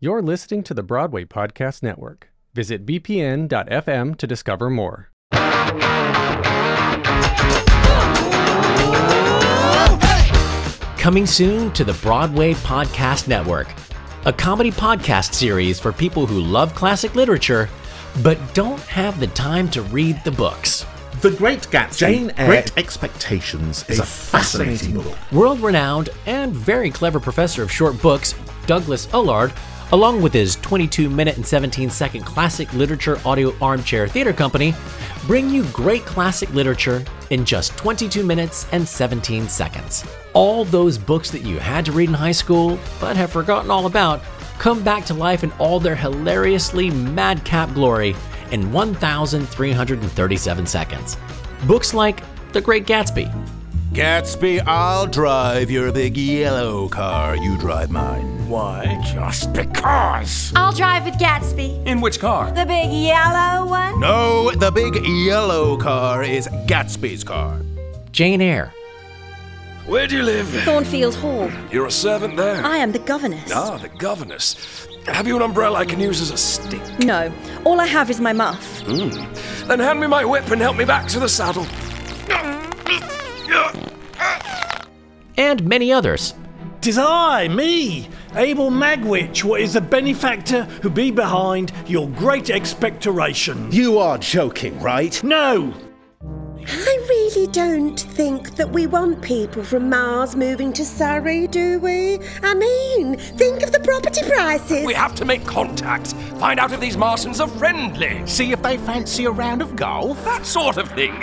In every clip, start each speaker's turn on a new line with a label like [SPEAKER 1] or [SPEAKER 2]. [SPEAKER 1] You're listening to the Broadway Podcast Network. Visit bpn.fm to discover more.
[SPEAKER 2] Coming soon to the Broadway Podcast Network, a comedy podcast series for people who love classic literature but don't have the time to read the books.
[SPEAKER 3] The Great Gatsby,
[SPEAKER 4] Jane Eyre-
[SPEAKER 3] Great Expectations is
[SPEAKER 4] a
[SPEAKER 3] a fascinating
[SPEAKER 4] fascinating
[SPEAKER 3] book.
[SPEAKER 2] World renowned and very clever professor of short books, Douglas Ullard, along with his 22 minute and 17 second classic literature audio armchair theater company, bring you great classic literature in just 22 minutes and 17 seconds. All those books that you had to read in high school but have forgotten all about come back to life in all their hilariously madcap glory in 1,337 seconds. Books like The Great Gatsby,
[SPEAKER 5] Gatsby, I'll drive your big yellow car. You drive mine.
[SPEAKER 6] Why?
[SPEAKER 5] Just because.
[SPEAKER 7] I'll drive with Gatsby.
[SPEAKER 6] In which car?
[SPEAKER 7] The big yellow one?
[SPEAKER 5] No, the big yellow car is Gatsby's car.
[SPEAKER 2] Jane Eyre,
[SPEAKER 6] Where do you live?
[SPEAKER 8] Thornfield Hall.
[SPEAKER 6] You're a servant there.
[SPEAKER 8] I am the governess.
[SPEAKER 6] Ah, the governess. Have you an umbrella I can use as a stick?
[SPEAKER 8] No, all I have is my muff.
[SPEAKER 6] Then hand me my whip and help me back to the saddle.
[SPEAKER 2] and many others.
[SPEAKER 9] Tis I, me, Abel Magwitch, what is the benefactor who be behind your great expectoration.
[SPEAKER 4] You are joking, right?
[SPEAKER 9] No!
[SPEAKER 10] I really don't think that we want people from Mars moving to Surrey, do we? I mean, think of the property prices.
[SPEAKER 6] We have to make contact. Find out if these Martians are friendly.
[SPEAKER 5] See if they fancy a round of golf.
[SPEAKER 6] That sort of thing.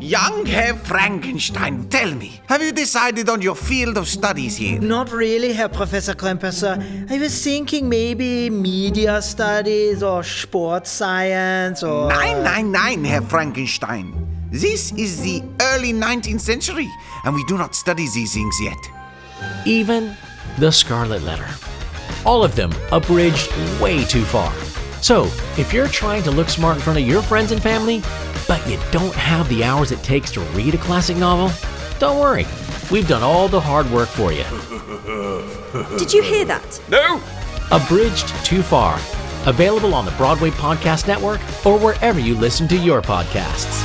[SPEAKER 11] Young Herr Frankenstein, tell me, have you decided on your field of studies here?
[SPEAKER 12] Not really, Herr Professor Kremperser. I was thinking maybe media studies or sports science or.
[SPEAKER 11] Nine, nine, nine, Herr Frankenstein. This is the early 19th century, and we do not study these things yet.
[SPEAKER 2] even the Scarlet Letter. All of them abridged way too far. So, if you're trying to look smart in front of your friends and family, but you don't have the hours it takes to read a classic novel, don't worry. We've done all the hard work for you.
[SPEAKER 8] Did you hear that?
[SPEAKER 6] No?
[SPEAKER 2] Abridged Too Far. Available on the Broadway Podcast Network or wherever you listen to your podcasts.